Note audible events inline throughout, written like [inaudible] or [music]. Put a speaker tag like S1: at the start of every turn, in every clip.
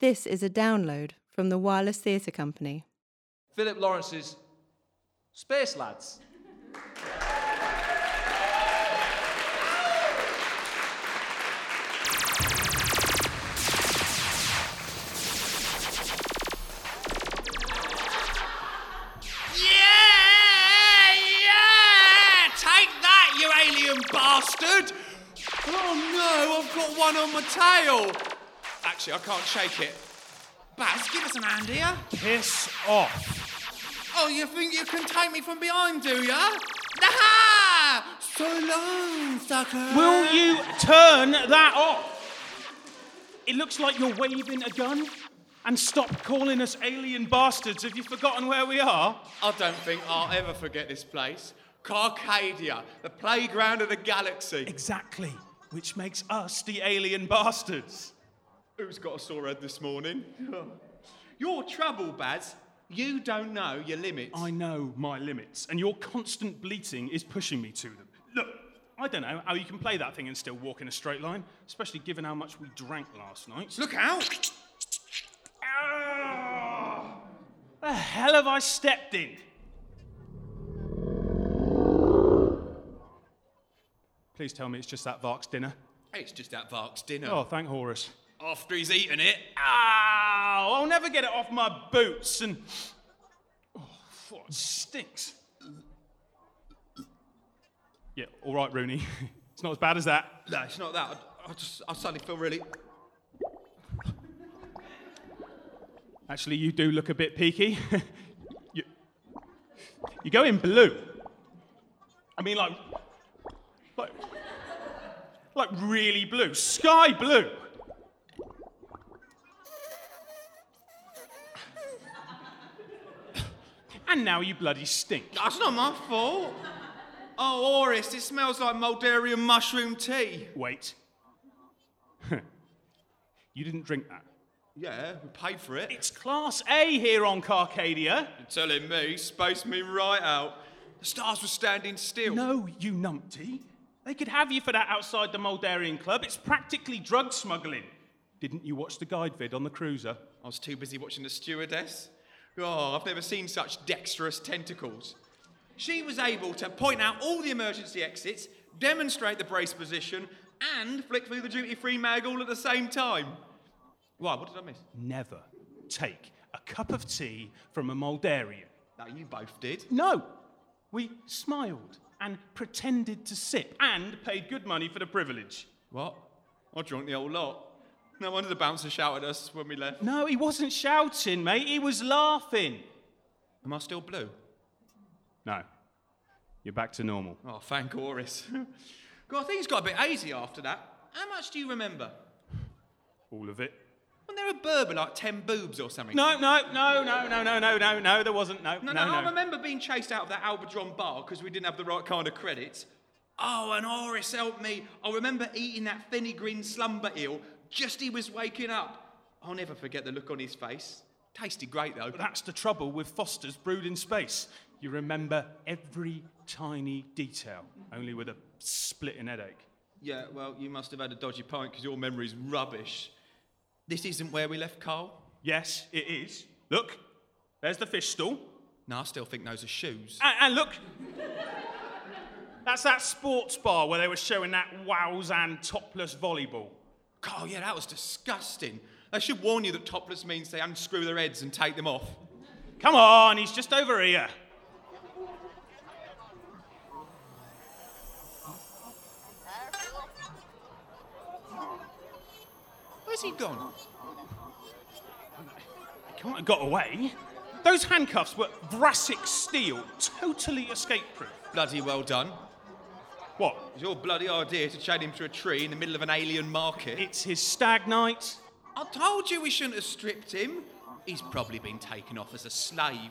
S1: This is a download from the Wireless Theatre Company.
S2: Philip Lawrence's Space Lads.
S3: Yeah, yeah! Take that, you alien bastard! Oh no, I've got one on my tail! Actually, I can't shake it. Baz, give us an hand here.
S4: Piss off.
S3: Oh, you think you can take me from behind, do ya? Ha! So long, sucker!
S4: Will you turn that off? It looks like you're waving a gun. And stop calling us alien bastards. Have you forgotten where we are?
S3: I don't think I'll ever forget this place. Carcadia, the playground of the galaxy.
S4: Exactly. Which makes us the alien bastards.
S3: Who's got a sore head this morning? [laughs] Your trouble, Baz. You don't know your limits.
S4: I know my limits, and your constant bleating is pushing me to them. Look, I don't know how you can play that thing and still walk in a straight line, especially given how much we drank last night.
S3: Look out!
S4: Ah! The hell have I stepped in? Please tell me it's just that Vark's dinner.
S3: It's just that Vark's dinner.
S4: Oh, thank Horus.
S3: After he's eaten it.
S4: Ow! I'll never get it off my boots and. Oh, fuck, it stinks. Yeah, all right, Rooney. [laughs] it's not as bad as that.
S3: No, it's not that. I, I just, I suddenly feel really.
S4: Actually, you do look a bit peaky. [laughs] you, you go in blue. I mean, like, like, like really blue, sky blue. and now you bloody stink.
S3: That's not my fault. Oh, Oris, it smells like Moldarian mushroom tea.
S4: Wait. [laughs] you didn't drink that.
S3: Yeah, we paid for it.
S4: It's class A here on Carcadia.
S3: You're telling me, space me right out. The stars were standing still.
S4: No, you numpty. They could have you for that outside the Moldarian club. It's practically drug smuggling. Didn't you watch the guide vid on the cruiser?
S3: I was too busy watching the stewardess. Oh, I've never seen such dexterous tentacles. She was able to point out all the emergency exits, demonstrate the brace position, and flick through the duty free mag all at the same time. Why, what did I miss?
S4: Never take a cup of tea from a Moldarian.
S3: No, you both did.
S4: No, we smiled and pretended to sip and paid good money for the privilege.
S3: What? I drank the whole lot. No wonder the bouncer shouted at us when we left.
S4: No, he wasn't shouting, mate. He was laughing.
S3: Am I still blue?
S4: No, you're back to normal.
S3: Oh, thank Oris. [laughs] God, things got a bit hazy after that. How much do you remember?
S4: All of it.
S3: Wasn't there a Berber like 10 boobs or something?
S4: No, no, no, no, no, no, no, no, no. There wasn't. No,
S3: No, no, I remember being chased out of that Albadron bar because we didn't have the right kind of credits. Oh, and Oris helped me. I remember eating that fenugreek slumber eel just he was waking up. I'll never forget the look on his face. Tasted great though.
S4: But that's the trouble with Foster's Brood in Space. You remember every tiny detail, only with a splitting headache.
S3: Yeah, well, you must have had a dodgy pint because your memory's rubbish. This isn't where we left Carl.
S4: Yes, it is. Look, there's the fish stall.
S3: No, I still think those are shoes.
S4: And, and look, that's that sports bar where they were showing that wowzan topless volleyball.
S3: Carl, yeah, that was disgusting. I should warn you that topless means they unscrew their heads and take them off.
S4: Come on, he's just over here.
S3: Where's he gone?
S4: He can't have got away. Those handcuffs were brassic steel, totally escape proof.
S3: Bloody well done.
S4: What?
S3: It's your bloody idea to chain him to a tree in the middle of an alien market.
S4: It's his stag night.
S3: I told you we shouldn't have stripped him. He's probably been taken off as a slave.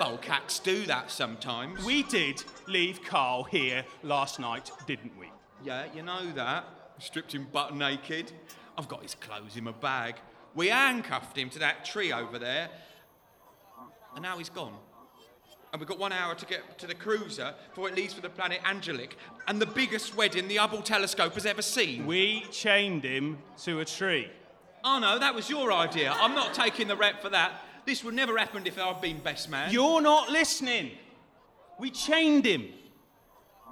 S3: Volcax do that sometimes.
S4: We did leave Carl here last night, didn't we?
S3: Yeah, you know that. Stripped him butt naked. I've got his clothes in my bag. We handcuffed him to that tree over there, and now he's gone. And we've got one hour to get to the cruiser before it leaves for the planet Angelic and the biggest wedding the Hubble telescope has ever seen.
S4: We chained him to a tree.
S3: Oh no, that was your idea. I'm not taking the rep for that. This would never happened if I'd been best man.
S4: You're not listening. We chained him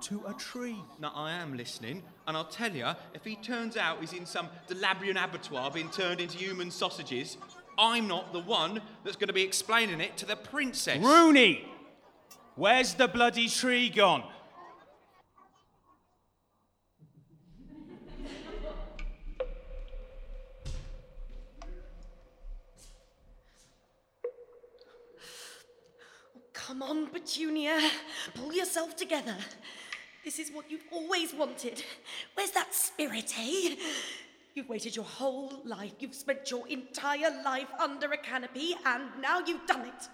S4: to a tree.
S3: Now I am listening, and I'll tell you, if he turns out he's in some Delabrian abattoir being turned into human sausages, I'm not the one that's going to be explaining it to the princess.
S4: Rooney, where's the bloody tree gone?
S5: Come on, Petunia. Pull yourself together. This is what you've always wanted. Where's that spirit, eh? You've waited your whole life. You've spent your entire life under a canopy, and now you've done it.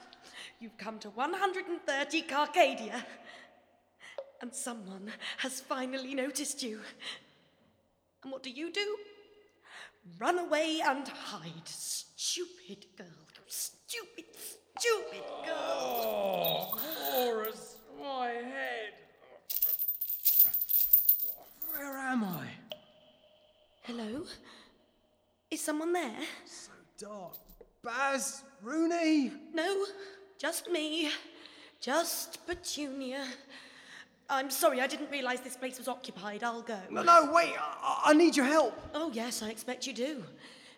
S5: You've come to 130 Carcadia. And someone has finally noticed you. And what do you do? Run away and hide. Stupid girl. You stupid, stupid girl.
S3: Horus, my head. Where am I?
S5: Hello? Is someone there?
S6: Dark. Baz, Rooney.
S5: No, just me. Just Petunia. I'm sorry, I didn't realise this place was occupied. I'll go.
S6: No, Oh, no, wait. I, I need your help.
S5: Oh, yes, I expect you do.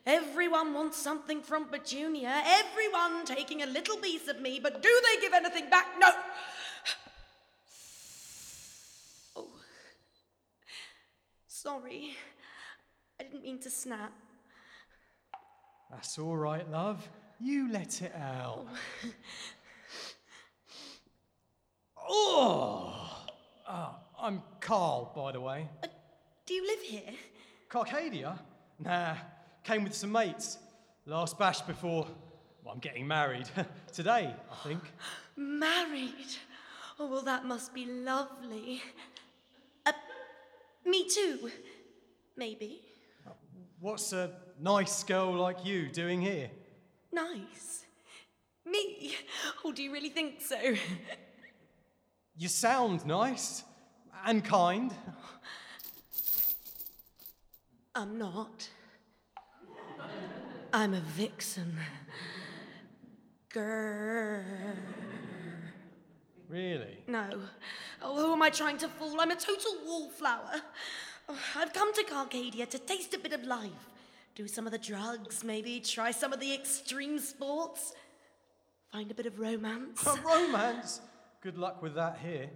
S5: Everyone wants something from Petunia. Everyone taking a little piece of me, but do they give anything back? No! Oh. Sorry. I didn't mean to snap.
S6: That's all right, love. You let it [laughs] out. oh. Ah, I'm Carl, by the way.
S5: Uh, do you live here?
S6: Carcadia? Nah, came with some mates. Last bash before. Well, I'm getting married. [laughs] Today, I think.
S5: Married? Oh, well, that must be lovely. Uh, me too. Maybe.
S6: What's a nice girl like you doing here?
S5: Nice. Me? Oh, do you really think so?
S6: You sound nice and kind.
S5: I'm not. I'm a vixen. Grrr.
S6: [laughs] Really?
S5: No. Oh, who am I trying to fool? I'm a total wallflower. Oh, I've come to Carcadia to taste a bit of life. Do some of the drugs, maybe. Try some of the extreme sports. Find a bit of romance.
S6: A romance? Good luck with that here.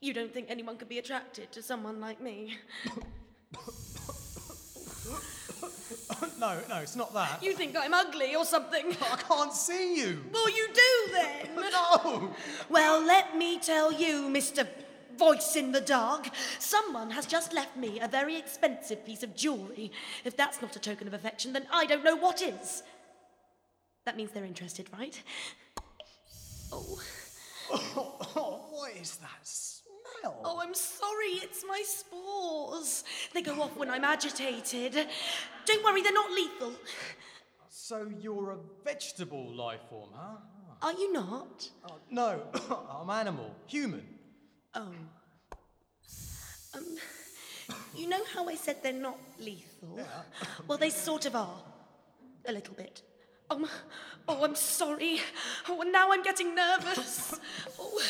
S5: You don't think anyone could be attracted to someone like me?
S6: no, no, it's not that.
S5: You think I'm ugly or something?
S6: I can't see you.
S5: Well, you do then.
S6: No. [laughs]
S5: Well, let me tell you, Mr. Voice in the Dark, someone has just left me a very expensive piece of jewellery. If that's not a token of affection, then I don't know what is. That means they're interested, right? Oh,
S6: Oh, what is that smell?
S5: oh, I'm sorry, it's my spores. They go off when I'm agitated. Don't worry, they're not lethal.
S6: So you're a vegetable life form, huh?
S5: Are you not?
S6: Oh, no, [coughs] I'm animal, human. [laughs]
S5: Oh. Um, you know how I said they're not lethal? Well, they sort of are. A little bit. Um, oh, I'm sorry. Oh, and now I'm getting nervous. Oh,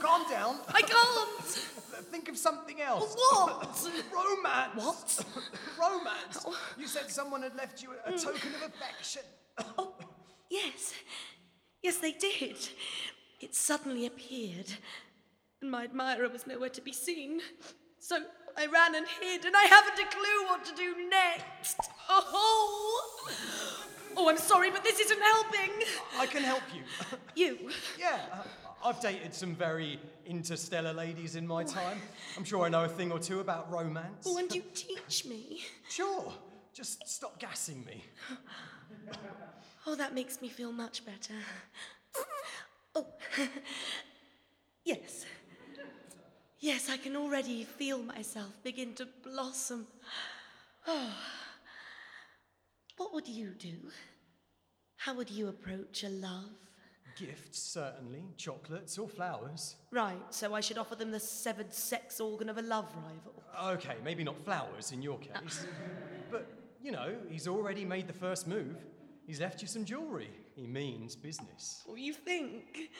S6: Calm down.
S5: I can't.
S6: Think of something else.
S5: What?
S6: Romance.
S5: What?
S6: Romance. You said someone had left you
S5: Mm.
S6: a, a token of affection.
S5: Oh, yes. Yes, they did. It suddenly appeared, and my admirer was nowhere to be seen. So I ran and hid, and I haven't a clue what to do next. Oh! Oh, I'm sorry, but this isn't helping.
S6: I can help you. [laughs]
S5: You.
S6: Yeah, uh, I've dated some very interstellar ladies in my time. I'm sure I know a thing or two about romance.
S5: Oh, and you teach me.
S6: Sure. Just stop gassing me.
S5: Oh, that makes me feel much [laughs] better. Oh, [laughs] yes. Yes, I can already feel myself begin to blossom. Oh. What would you do? How would you approach a love?
S6: Gifts, certainly. Chocolates or flowers.
S5: Right, so I should offer them the severed sex organ of a love rival.
S6: Okay, maybe not flowers in your case. But You know, he's already made the first move. He's left you some jewellery. He means business.
S5: Or you think?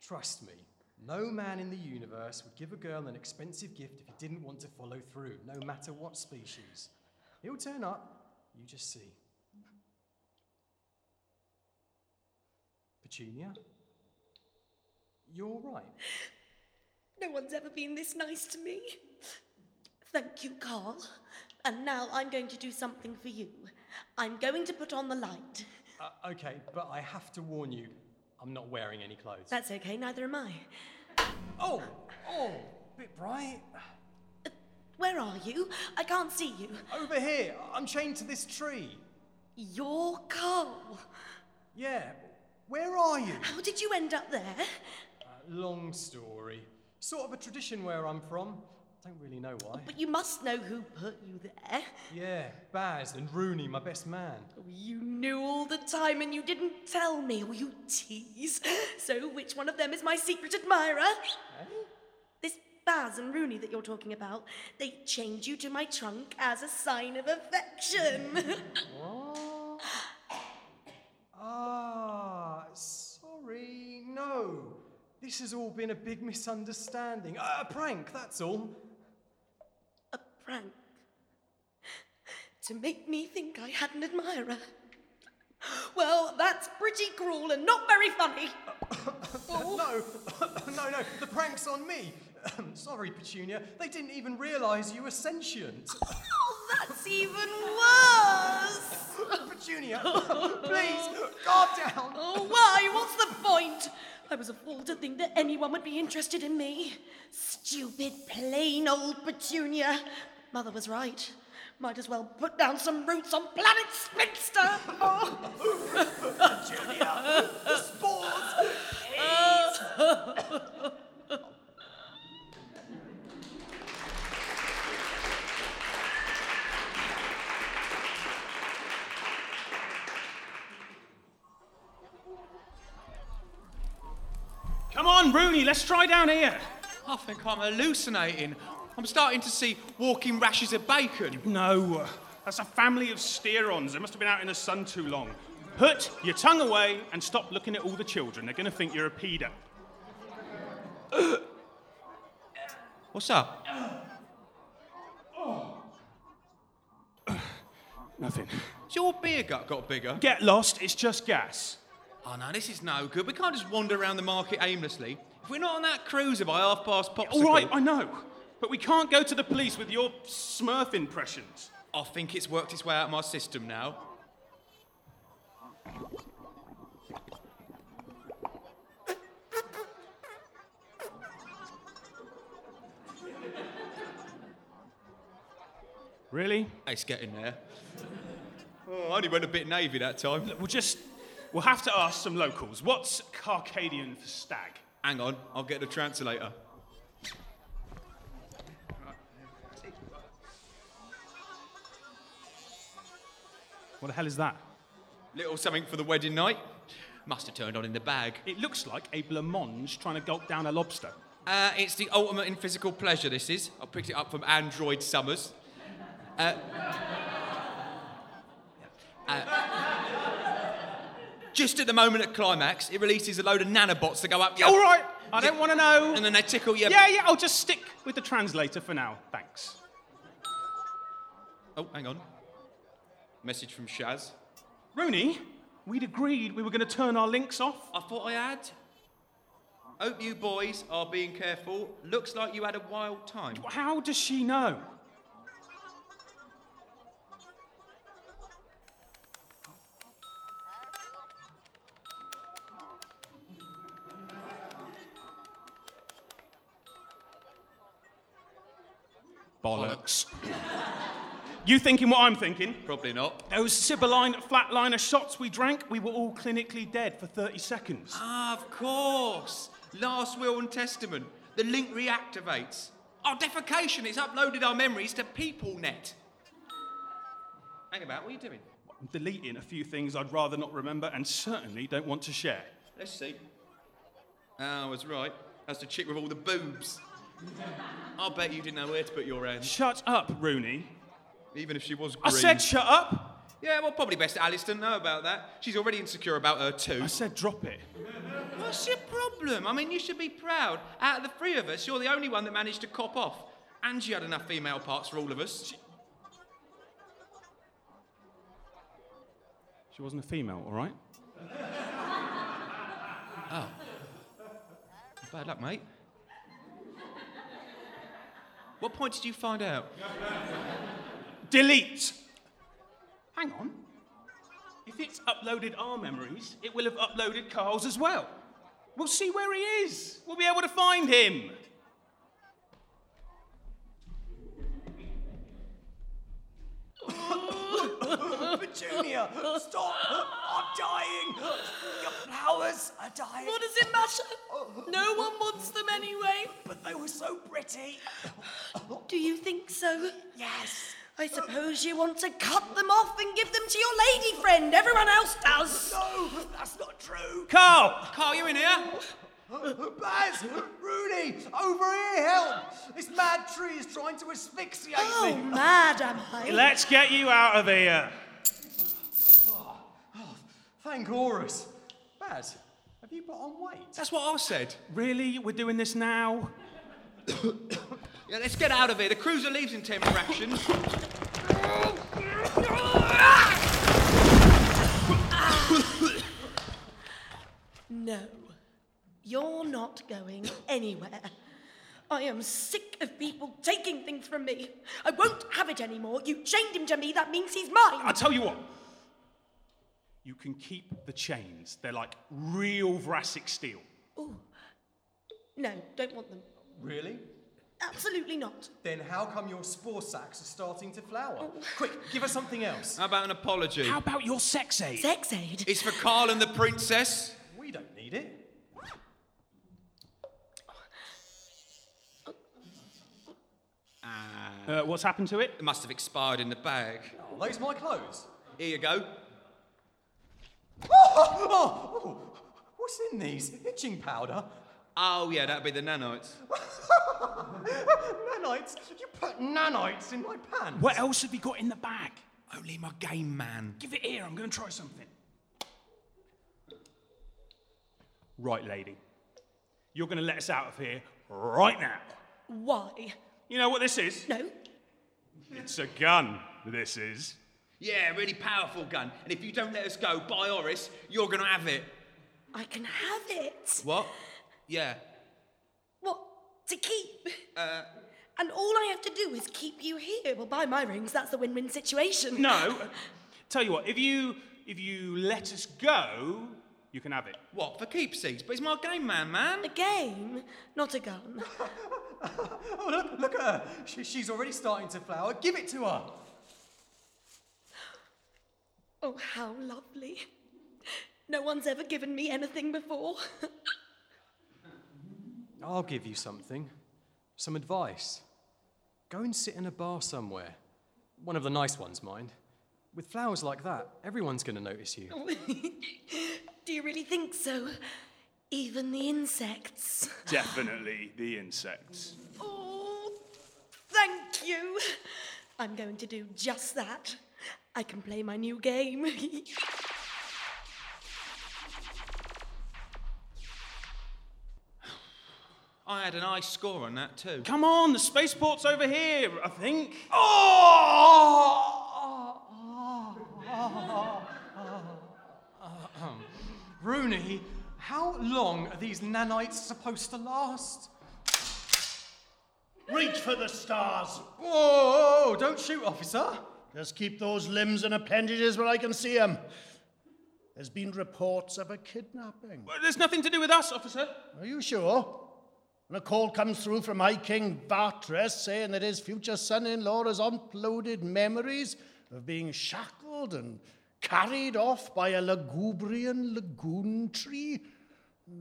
S6: Trust me, no man in the universe would give a girl an expensive gift if he didn't want to follow through, no matter what species. He'll turn up, you just see. Petunia? You're all right.
S5: No one's ever been this nice to me. Thank you, Carl. And now I'm going to do something for you. I'm going to put on the light.
S6: Uh, okay, but I have to warn you, I'm not wearing any clothes.
S5: That's okay, neither am I.
S6: Oh, oh, bit bright.
S5: Where are you? I can't see you.
S6: Over here, I'm chained to this tree.
S5: You're Carl.
S6: Yeah, where are you?
S5: How did you end up there?
S6: Uh, long story. Sort of a tradition where I'm from. Don't really know why.
S5: But you must know who put you there.
S6: [laughs] Yeah, Baz and Rooney, my best man.
S5: Oh, You knew all the time and you didn't tell me, or you tease. So, which one of them is my secret admirer? This Baz and Rooney that you're talking about, they chained you to my trunk as a sign of [laughs] affection.
S6: Ah, sorry, no. This has all been a big misunderstanding. Uh, a prank, that's all.
S5: a prank. To make me think I had an admirer. Well, that's pretty cruel and not very funny.
S6: No, [coughs] no, no, the prank's on me. [coughs] sorry, Petunia, they didn't even realise you were sentient.
S5: [laughs]
S6: [coughs]
S5: Oh, that's even worse.
S6: Petunia, [coughs] please, calm down.
S5: Oh, why? What's the point? I was a fool to think that anyone would be interested in me. Stupid, plain old petunia. Mother was right. Might as well put down some roots on planet Spinster. Oh,
S4: Come on, Rooney, let's try down here.
S3: I think I'm hallucinating. I'm starting to see walking rashes of bacon.
S4: No, that's a family of steerons. They must have been out in the sun too long. Put your tongue away and stop looking at all the children. They're going to think you're a pedo.
S3: What's up?
S4: Nothing.
S3: Has your beer gut got bigger?
S4: Get lost, it's just gas.
S3: Oh no, this is no good. We can't just wander around the market aimlessly. If we're not on that cruiser by half past popsicle,
S4: All right, I know. But we can't go to the police with your smurf impressions.
S3: I think it's worked its way out of my system now.
S4: Really?
S3: It's getting there. Oh, I only went a bit navy that time.
S4: We'll just. We'll have to ask some locals. What's Carcadian for stag?
S3: Hang on, I'll get the translator.
S4: What the hell is that?
S3: Little something for the wedding night. Must have turned on in the bag.
S4: It looks like a blancmange trying to gulp down a lobster.
S3: Uh, it's the ultimate in physical pleasure, this is. I picked it up from Android Summers. Uh, uh, just at the moment at climax, it releases a load of nanobots that go up.
S4: All right, I don't want to know.
S3: And then they tickle your.
S4: Yeah, yeah, I'll just stick with the translator for now. Thanks.
S3: Oh, hang on. Message from Shaz.
S4: Rooney, we'd agreed we were going to turn our links off.
S3: I thought I had. Hope you boys are being careful. Looks like you had a wild time.
S4: How does she know? Bollocks. you thinking what I'm thinking?
S3: Probably not.
S4: Those Sibylline flatliner shots we drank, we were all clinically dead for 30 seconds.
S3: Ah, of course. Last will and testament. The link reactivates. Our defecation has uploaded our memories to PeopleNet. Hang about, what are you doing?
S4: I'm deleting a few things I'd rather not remember and certainly don't want to share.
S3: Let's see. Ah, I was right. That's the chick with all the [laughs] boobs. I'll bet you didn't know where to put your hands.
S4: Shut up, Rooney.
S3: even if she was green.
S4: I said shut up.
S3: yeah, well, probably best Alice didn't know about that. She's already insecure about her too.
S4: I said drop it.
S3: What's your problem? I mean, you should be proud. Out of the three of us, you're the only one that managed to cop off. And she had enough female parts for all of us.
S4: She wasn't a female, all right?
S3: Bad luck, mate. What point did you find out?
S4: Delete. Hang on. If it's uploaded our memories, it will have uploaded Carl's as well. We'll see where he is. We'll be able to find him.
S6: Petunia, stop! I'm dying! Your flowers are dying!
S5: What does it matter? No one wants them anyway.
S6: But they were so pretty!
S5: Do you think so?
S6: Yes!
S5: I suppose you want to cut them off and give them to your lady friend. Everyone else does.
S6: No, that's not true!
S4: Carl!
S3: Carl, you in here?
S6: [coughs] Baz! Rudy! Over here, help! This mad tree is trying to asphyxiate
S5: Oh,
S6: me!
S5: mad am I?
S4: Let's get you out of here.
S6: Thank Horus! Baz, have you put on weight?
S3: That's what I said.
S4: Really? We're doing this now?
S3: Yeah, let's get out of here. The cruiser leaves in 10 fractions.
S5: No, you're not going anywhere. I am sick of people taking things from me. I won't have it anymore. You chained him to me, that means he's
S4: I
S5: mine.
S4: tell you what. You can keep the chains. They're like real Vrassic steel.
S5: No, don't want them.
S6: Really?
S5: Absolutely not.
S6: Then how come your spore sacs are starting to flower? Quick, give us something else.
S3: How about an apology?
S4: How about your sex aid?
S5: Sex aid?
S3: It's for Carl and the princess.
S6: We don't need it.
S4: Uh, what's happened to it?
S3: It must have expired in the bag.
S6: Are those my clothes? [laughs]
S3: Here you go.
S6: Oh, oh, oh, oh. What's in these? Itching powder?
S3: Oh, yeah, that'd be the nanites.
S6: nanites? You put nanites in my pants?
S4: What else have you got in the bag?
S3: Only my game man.
S4: Give it here. I'm going to try something. Right, lady. You're going to let us out of here right now.
S5: Why?
S4: You know what this is?
S5: No,
S4: It's a gun. This is.
S3: Yeah, really powerful gun. And if you don't let us go by Oris, you're gonna have it.
S5: I can have it.
S3: What? Yeah.
S5: What? To keep? and all I have to do is keep you here. Well, buy my rings. That's the win-win situation.
S4: No. Tell you what. If you if you let us go, you can have it.
S3: What? For keepsakes? But it's my game man, man.
S5: A game, not a gun.
S6: Oh, look, look at her. She, she's already starting to flower. Give it to her.
S5: Oh, how lovely. No one's ever given me anything before.
S6: I'll give you something. Some advice. Go and sit in a bar somewhere. One of the nice ones, mind. With flowers like that, everyone's going to notice you.
S5: [laughs] Do you really think so? Even the insects.
S4: Definitely the insects.
S5: Oh, thank you. I'm going to do just that. I can play my new game. [laughs]
S3: I had an high score on that too.
S4: Come on, the spaceport's over here. I think. Oh,
S6: [laughs] Rooney, how long are these nanites supposed to last?
S7: Reach for the stars.
S6: Whoa, whoa, whoa, don't shoot, officer.
S7: Just keep those limbs and appendages where I can see them. There's been reports of a kidnapping.
S4: Well, There's nothing to do with us, officer.
S7: Are you sure? And a call comes through from High King Vartres saying that his future son in law has unloaded memories of being shackled and carried off by a Ligubrian lagoon tree.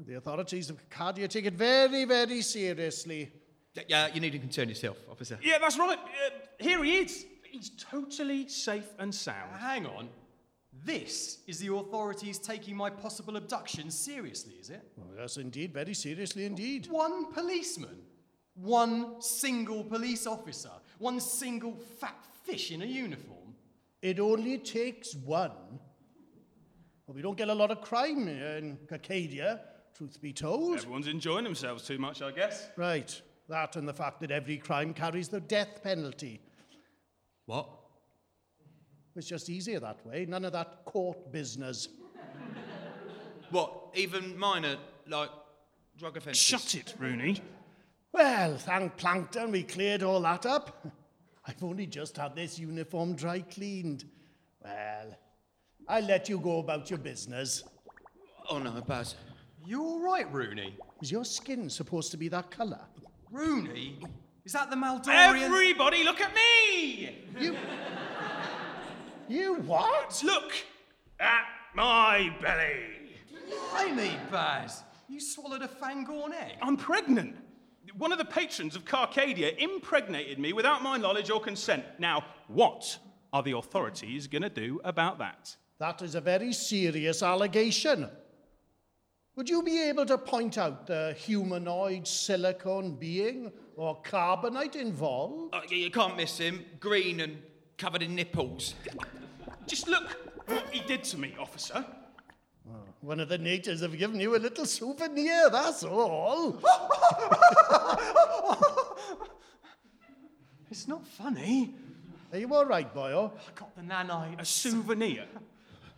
S7: The authorities of Cardia take it very, very seriously.
S3: Y- Yeah, you need to concern yourself, officer.
S4: Yeah, that's right. Uh, here he is. He's totally safe and sound.
S6: Hang on. This is the authorities taking my possible abduction seriously, is it?
S7: Well, yes, indeed, very seriously indeed.
S6: One policeman, one single police officer, one single fat fish in a uniform?
S7: It only takes one. Well, we don't get a lot of crime here in Arcadia, truth be told.
S4: Everyone's enjoying themselves too much, I guess.
S7: Right, that and the fact that every crime carries the death penalty.
S6: What?
S7: It's just easier that way, none of that court business.
S3: What, even minor, like, drug offences?
S4: Shut it, Rooney.
S7: Well, thank Plankton, we cleared all that up. [laughs] I've only just had this uniform dry cleaned. Well, I'll let you go about your business.
S3: Oh, no, Baz.
S6: You all right, Rooney?
S7: Is your skin supposed to be that colour?
S6: Rooney? Is that the Maldorian?
S4: Everybody, look at me!
S7: You. you what?
S4: Look at my belly.
S6: Blimey, Baz. You swallowed a fangorn egg.
S4: I'm pregnant. One of the patrons of Carcadia impregnated me without my knowledge or consent. Now, what are the authorities going to do about that?
S7: That is a very serious allegation. Would you be able to point out the humanoid silicon being or carbonite involved?
S3: Oh, yeah, you can't miss him. Green and covered in nipples.
S4: Just look what he did to me, officer.
S7: One of the natives have given you a little souvenir, that's all.
S6: It's not funny.
S7: Are you all right, Oh, boyo?
S6: I got the nanite.
S4: A souvenir.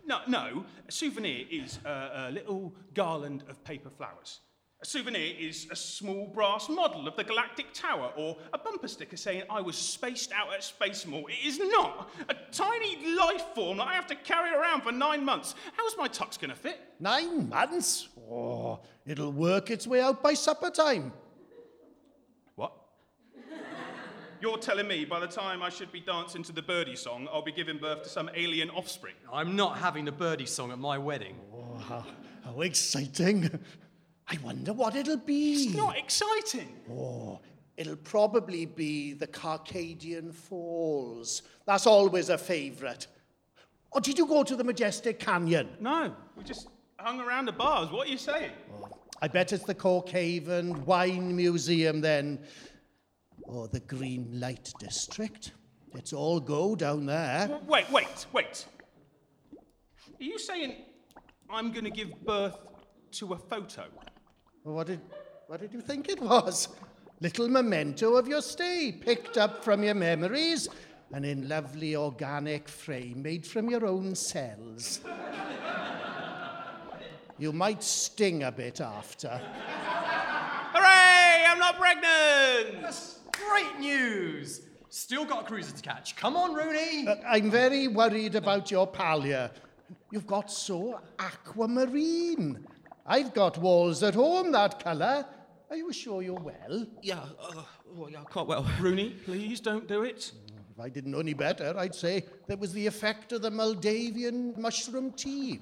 S4: No, no. A souvenir is a, a little garland of paper flowers. A souvenir is a small brass model of the Galactic Tower or a bumper sticker saying I was spaced out at Space Mall. It is not a tiny life form that I have to carry around for nine months. How's my tux going to fit?
S7: Nine months? Oh, it'll work its way out by supper time.
S4: What? You're telling me by the time I should be dancing to the birdie song, I'll be giving birth to some alien offspring?
S6: I'm not having the birdie song at my wedding.
S7: How, Oh, how exciting. I wonder what it'll be.
S4: It's not exciting.
S7: Oh, It'll probably be the Carcadian Falls. That's always a favourite. Or did you go to the Majestic Canyon?
S4: No, we just hung around the bars. What are you saying?
S7: I bet it's the Corkhaven Wine Museum then. Or the Green Light District. It's all go down there.
S4: W- Wait, wait, wait. Are you saying I'm going to give birth to a photo?
S7: What did, what did you think it was? [laughs] Little memento of your stay, picked up from your memories and in lovely organic frame made from your own cells. [laughs] you might sting a bit after.
S3: Hooray! I'm not pregnant!
S6: That's great news. Still got a cruiser to catch. Come on, Rooney.
S7: But I'm very worried about your pal here. You've got so aquamarine. I've got walls at home that colour. Are you sure you're well?
S3: Yeah, uh, oh, yeah, quite well. [laughs]
S4: Rooney, please don't do it.
S7: If I didn't know any better, I'd say that was the effect of the Moldavian mushroom tea.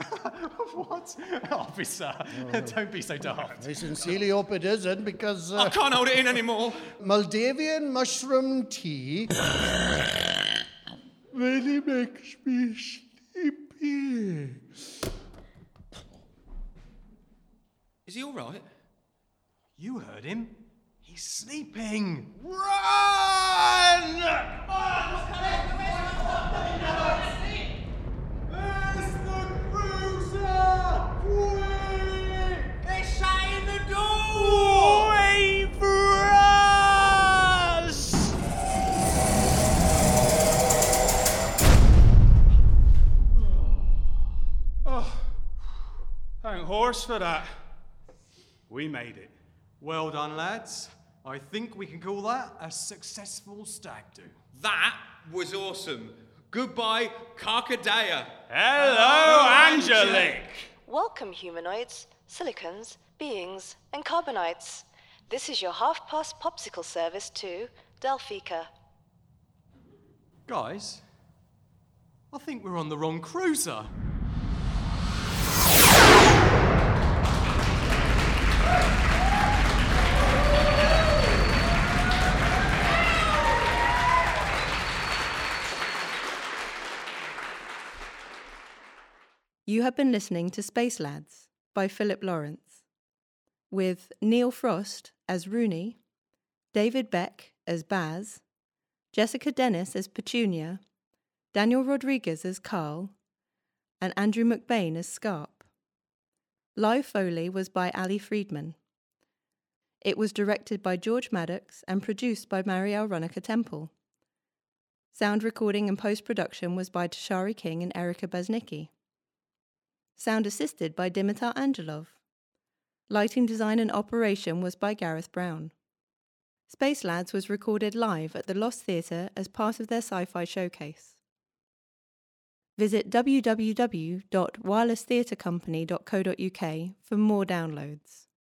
S6: [laughs] what? [laughs] Officer, don't be so daft.
S7: I sincerely hope it isn't because
S3: I
S7: uh,
S3: can't hold it in anymore.
S7: Moldavian mushroom tea really makes me sleepy.
S3: Is he all right?
S6: You heard him. He's sleeping.
S4: Thank horse for that. We made it.
S6: Well done, lads. I think we can call that a successful stag do.
S3: That was awesome. Goodbye, Carcadea.
S4: Hello, Angelique.
S8: Welcome, humanoids, silicons, beings, and carbonites. This is your half past popsicle service to Delphica.
S6: Guys, I think we're on the wrong cruiser.
S1: You have been listening to Space Lads by Philip Lawrence, with Neil Frost as Rooney, David Beck as Baz, Jessica Dennis as Petunia, Daniel Rodriguez as Carl, and Andrew McBain as Scarp. Live Foley was by Ali Friedman. It was directed by George Maddox and produced by Marielle Ronica Temple. Sound recording and post production was by Tashari King and Erika Beznicki. Sound assisted by Dimitar Angelov. Lighting design and operation was by Gareth Brown. Space Lads was recorded live at the Lost Theatre as part of their sci fi showcase. Visit www.wirelesstheatrecompany.co.uk for more downloads.